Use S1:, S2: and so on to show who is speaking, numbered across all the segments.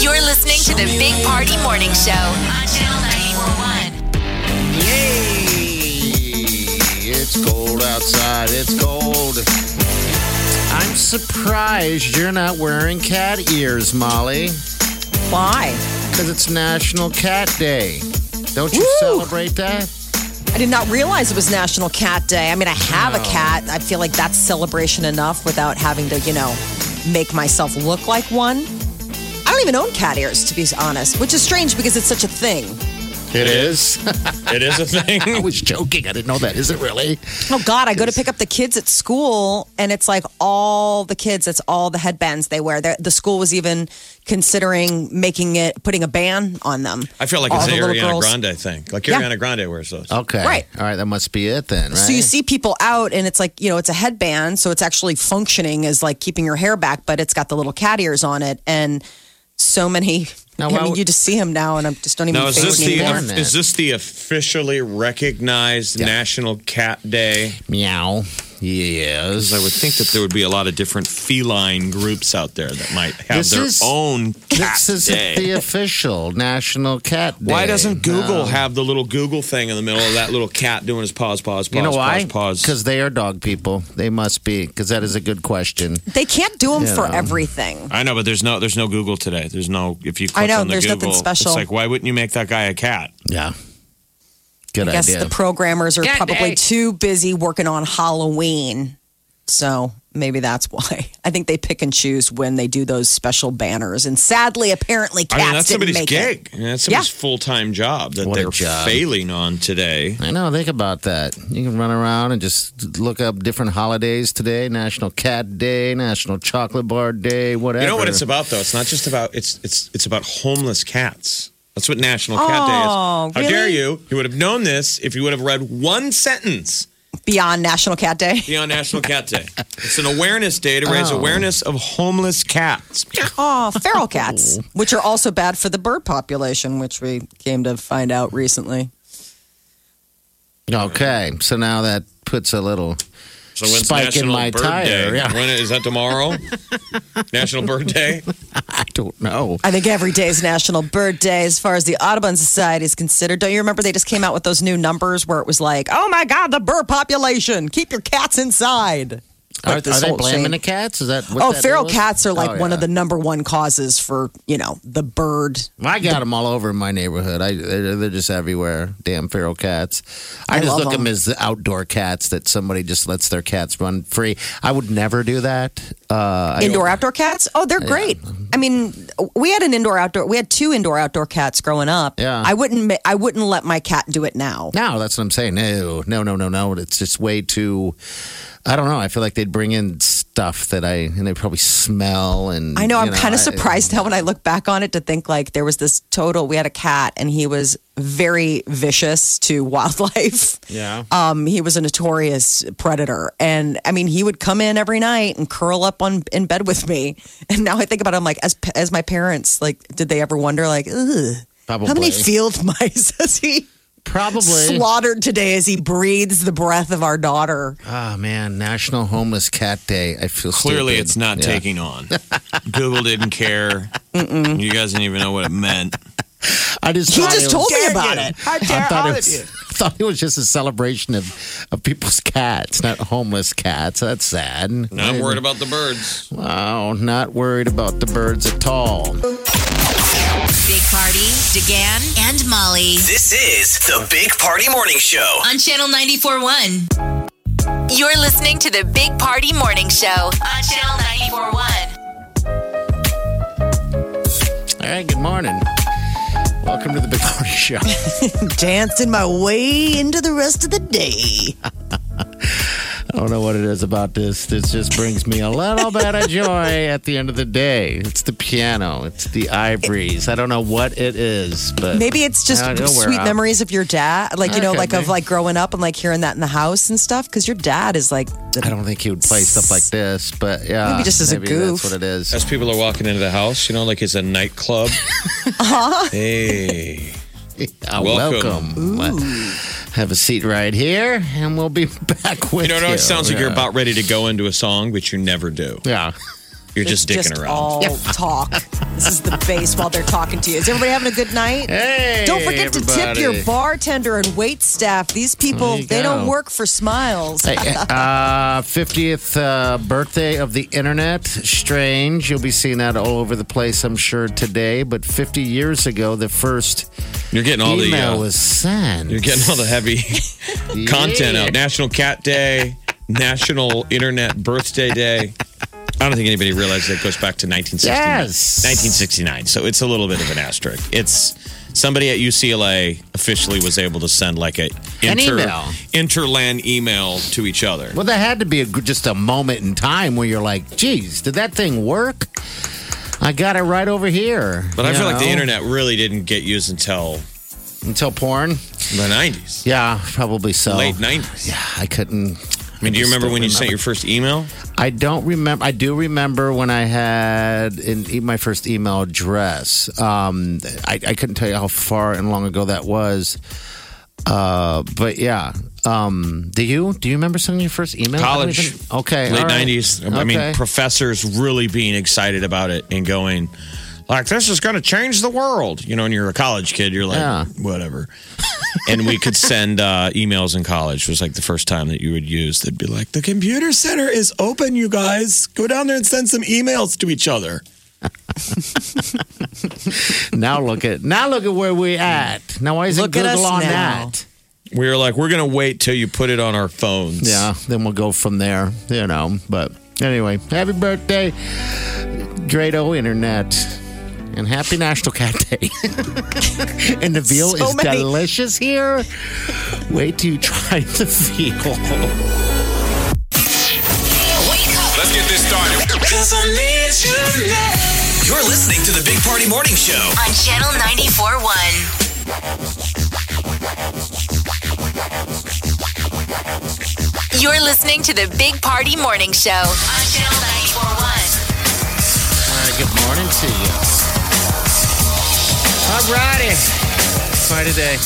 S1: You're listening to the Big Party Morning Show on Channel 941.
S2: Yay! It's cold outside. It's cold. I'm surprised you're not wearing cat ears, Molly,
S3: Why?
S2: because it's National Cat Day. Don't you
S3: Woo!
S2: celebrate that?
S3: I did not realize it was National Cat Day. I mean, I have a
S2: No.
S3: cat. I feel like that's celebration enough without having to, you know, make myself look like one. I don't even own cat ears, to be honest, which is strange because it's such a thing.
S2: It is.
S4: It is a
S2: I
S4: thing.
S2: was joking. I didn't know that. Is it really?
S3: Oh God, I go to pick up the kids at school, and it's like all the kids. It's all the headbands they wear. they the school was even considering making it, putting a ban on them.
S4: I feel like
S3: All
S4: it's
S3: the
S4: an
S3: little
S4: Ariana
S3: girls.
S4: Grande thing. Like
S3: Yeah.
S4: Ariana Grande wears those.
S2: Okay.
S3: Right.
S2: All right. That must be it then, right?
S3: So you see people out, and it's like you know, it's a headband, so it's actually functioning as like keeping your hair back, but it's got the little cat ears on it, and so many.
S2: Now,
S3: I
S2: why
S3: mean,
S2: would-
S3: you just see him now, and I'm just don't even.
S4: Now is
S3: face
S4: this
S3: me
S4: the
S2: Born
S3: anymore.
S2: then.
S4: is this the officially recognized National Cat Day?
S2: meow. Yes.
S4: I would think that there would be a lot of different feline groups out there that might have
S2: This
S4: their
S2: is-
S4: own cat
S2: This is
S4: day.
S2: the official National Cat Day.
S4: Why doesn't
S2: No.
S4: Google have the little Google thing in the middle of that little cat doing his paws, paws, paws,
S2: You know why?
S4: paws, paws?
S2: Because they are dog people. They must be. Because that is a good question.
S3: They can't do them for
S2: Yeah.
S3: everything.
S4: I know, but there's no there's no Google today. There's no if you click
S3: I know,
S4: on the
S3: there's nothing
S4: Google,
S3: special.
S4: it's like why wouldn't you make that guy a cat?
S2: Yeah. Good
S3: I guess
S2: idea.
S3: the programmers are probably too busy working on Halloween. So maybe that's why. I think they pick and choose when they do those special banners. And sadly, apparently,
S4: I
S3: cats
S4: mean that's
S3: didn't
S4: somebody's
S3: make
S4: gig.
S3: it.
S4: I mean, that's somebody's
S3: Yeah.
S4: full time job that
S2: What a
S4: they're
S2: job.
S4: failing on today.
S2: I know. Think about that. You can run around and just look up different holidays today: National Cat Day, National Chocolate Bar Day, whatever.
S4: You know what it's about though? It's not just about it's it's it's about homeless cats. That's what National Cat Day is. How
S3: Oh, really?
S4: dare you? You would have known this if you would have read one sentence
S3: Beyond National Cat Day.
S4: beyond National Cat Day. It's an awareness day to raise awareness of homeless cats.
S3: Oh, feral cats, which are also bad for the bird population, which we came to find out recently.
S2: Okay, so now that puts a little.
S4: So when's
S2: Spike in
S4: National
S2: my
S4: Bird
S2: tire,
S4: Day?
S2: yeah.
S4: When is that tomorrow? National Bird Day?
S2: I don't know.
S3: I think every day is National Bird Day as far as the Audubon Society is considered. Don't you remember they just came out with those new numbers where it was like, oh my God, the bird population, keep your cats inside.
S2: Are, are
S3: Like this
S2: they
S3: whole
S2: blaming
S3: chain.
S2: the cats? Is that what
S3: Oh,
S2: that
S3: feral
S2: was?
S3: cats are like
S2: Oh,
S3: one
S2: yeah.
S3: of the number one causes for, you know, the bird.
S2: I got them all over in my neighborhood. I they're, they're just everywhere. Damn feral cats. I,
S3: I
S2: just
S3: love
S2: look at them
S3: them.
S2: as the outdoor cats that somebody just lets their cats run free. I would never do that. Uh, I-
S3: Indoor outdoor cats? Oh, they're great. I mean, we had an indoor outdoor. We had two indoor outdoor cats growing up.
S2: Yeah.
S3: I wouldn't. ma- I wouldn't let my cat do it now.
S2: no, that's what I'm saying. No, no, no, no, no. It's just way too. I don't know. I feel like they'd bring in stuff that I and they probably smell and.
S3: I know.
S2: you
S3: I'm kind of
S2: I-
S3: surprised now when I look back on it to think like there was this total. We had a cat and he was very vicious to wildlife.
S4: Yeah.
S3: Um, he was a notorious predator, and I mean, he would come in every night and curl up on in bed with me. And now I think about it, I'm like, as as my parents, like, did they ever wonder, like, Ugh, how
S2: Probably.
S3: many field mice has he
S2: Probably.
S3: slaughtered today as he breathes the breath of our daughter?
S2: oh man, National Homeless Cat Day. I feel
S4: Clearly,
S2: stupid.
S4: it's not
S2: Yeah.
S4: taking on. Google didn't care. You guys didn't even know what it meant.
S2: I just
S3: He
S2: thought
S3: just
S2: it
S3: told
S2: was-
S3: me about it.
S2: I thought it was, I thought it was just a celebration of, of people's cats, not homeless cats. That's sad.
S4: Now I'm worried about the birds.
S2: Wow, not worried about the birds at all.
S1: Big Party, DeGan, and Molly
S5: This is the Big Party Morning Show.
S1: on Channel 941. You're listening to the Big Party Morning Show on Channel 941.
S2: All right, good morning. Welcome to the Big Party Show.
S3: Dancing my way into the rest of the day.
S2: I don't know what it is about this. This just brings me a little bit of joy at the end of the day. It's the piano, it's the ivories. I don't know what it is, but
S3: Maybe it's just
S2: I don't know where
S3: sweet
S2: I-
S3: memories of your dad, like you know,
S2: Okay,
S3: like of
S2: maybe.
S3: like growing up and like hearing that in the house and stuff. Because your dad is like,
S2: I don't think he would play stuff like this, but yeah,
S3: Maybe just as a
S2: maybe
S3: goof.
S2: That's what it is.
S4: As people are walking into the house, you know, like it's a nightclub. Hey.
S2: Uh, welcome.
S4: Welcome.
S2: Have a seat right here, and we'll be back with
S4: You
S2: you.
S4: know, it always sounds like you're
S2: Yeah.
S4: about ready to go into a song, but you never do.
S2: Yeah.
S4: You're just dicking
S3: just
S4: around.
S3: all talk. This is the base while they're talking to you. Is everybody having a good night?
S2: Hey,
S3: don't forget to tip
S2: everybody.
S3: your bartender and wait staff. These people,
S2: There you
S3: they don't
S2: go.
S3: work for smiles.
S2: Hey, uh, 50th uh, birthday of the internet. Strange. You'll be seeing that all over the place, I'm sure, today. But 50 years ago, the first
S4: You're getting all the
S2: email
S4: uh,
S2: was sent.
S4: you're getting all the heavy content out. National Cat Day, National Internet Birthday Day. I don't think anybody realized that goes back to 1969.
S2: Yes.
S4: 1969. So it's a little bit of an asterisk. It's somebody at UCLA officially was able to send like a
S2: An
S4: inter,
S2: email.
S4: interland email to each other.
S2: Well, there had to be a, just a moment in time where you're like, geez, did that thing work? I got it right over here.
S4: But I
S2: You
S4: feel like the
S2: know,
S4: internet really didn't get used until
S2: Until porn?
S4: the 90s,
S2: Yeah, probably so.
S4: late 90s.
S2: Yeah, I couldn't.
S4: I mean, do you
S2: just
S4: remember
S2: don't
S4: when you sent your first email?
S2: I don't remember. I do remember when I had in e- my first email address. Um, I, I couldn't tell you how far and long ago that was. Uh, but yeah. Um, do you do you remember sending your first email? I don't
S4: College.
S2: even- okay.
S4: Late
S2: all right.
S4: 90s. I mean,
S2: Okay.
S4: professors really being excited about it and going, like, this is going to change the world. You know, and you're a college kid, you're like,
S2: Yeah.
S4: whatever. and we could send uh, emails in college, was like the first time that you would use. They'd be like, the computer center is open, you guys. Go down there and send some emails to each other.
S2: now look at now look at where we at. Now why isn't
S3: Look at
S2: Google
S3: us
S2: on
S3: now.
S2: that?
S4: We were like, we're going to wait till you put it on our phones.
S2: Yeah, then we'll go from there. You know, but anyway, happy birthday, Drado Internet, and happy National Cat Day. and the veal
S3: So
S2: is
S3: many-
S2: delicious here. Wait till you try the veal.
S1: Wake up.
S6: Let's get this started.
S5: You're listening to the Big Party Morning Show.
S1: on Channel 94.1. You're listening to the Big Party Morning Show on Channel 94.1.
S2: All right, good morning to you. All righty. Quite a day.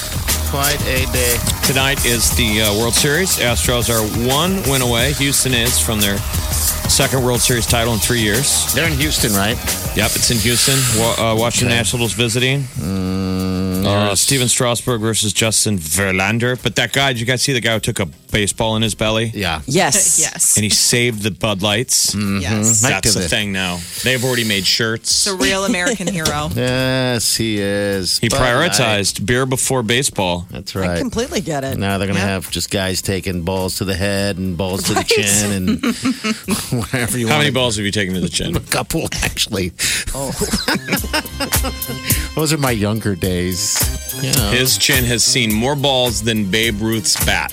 S2: Quite a day.
S4: Tonight is the uh, World Series. Astros are one win away. Houston is from their second World Series title in three years.
S2: They're in Houston, right?
S4: Yep, it's in Houston. Wa- uh, Washington Nationals visiting.
S2: Mm,
S4: uh, Steven Strasburg versus Justin Verlander. But that guy, did you guys see the guy who took a baseball in his belly?
S2: Yeah.
S3: yes.
S7: yes.
S4: And he saved the Bud Lights.
S2: Mm, Mm-hmm.
S7: Yes.
S2: Like
S4: That's
S2: to
S4: the
S2: the-
S4: thing now. They've already made shirts.
S7: The real American hero.
S2: Yes, he is.
S4: He
S2: Bud Light.
S4: prioritized beer before baseball.
S2: That's
S3: I
S2: right.
S3: completely get it.
S2: Now they're going to
S7: Yeah.
S2: have just guys taking balls to the head and balls to the chin and whatever you
S4: How
S2: want.
S4: many balls have you taken to the chin?
S2: A couple, actually. Oh. Those are my younger days. Yeah.
S4: His chin has seen more balls than Babe Ruth's bat.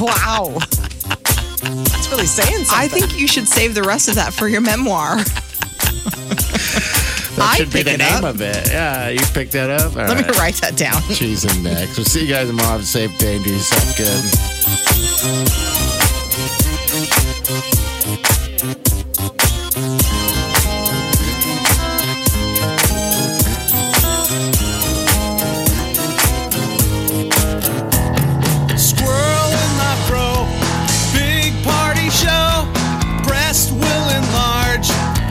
S3: Wow. That's really saying something.
S7: I think you should save the rest of that for your memoir.
S2: That
S7: I
S2: should be
S7: pick
S2: the
S7: it
S2: name
S7: up.
S2: of it. Yeah, you picked that up? All
S7: Let
S2: right.
S7: me write that down.
S2: Cheese and next. We'll see you guys tomorrow. Have a safe day and do yourself good.
S6: Squirrel in my fro. Big party show. Breast will enlarge.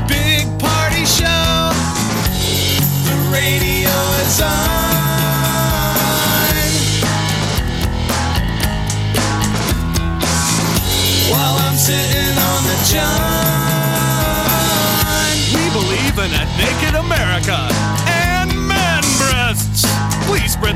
S6: Big party show. The radio is on. While I'm sitting on the john. We believe in a naked America and man breasts. Please spread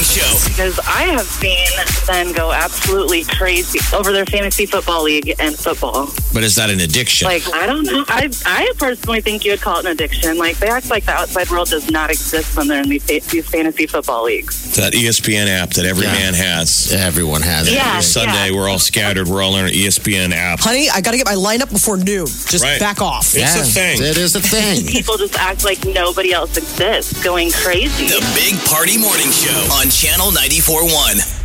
S5: Show.
S8: because I have seen them go absolutely crazy over their fantasy football league and football.
S4: But is that an addiction?
S8: Like, I don't know. I, I personally think you would call it an addiction. Like, they act like the outside world does not exist when they're in these, these fantasy football leagues.
S4: that E ESPN app that every
S2: Yeah.
S4: man has.
S2: Everyone has it.
S8: Yeah.
S4: Sunday,
S8: yeah.
S4: we're all scattered. We're all E on an ESPN app.
S3: Honey, I got to get my lineup before noon. Just
S4: Right.
S3: back off.
S4: It's
S2: Yeah,
S4: a thing.
S2: It is a thing.
S8: People just act like nobody else exists, going crazy.
S5: The Big Party Morning Show on Channel 94.1.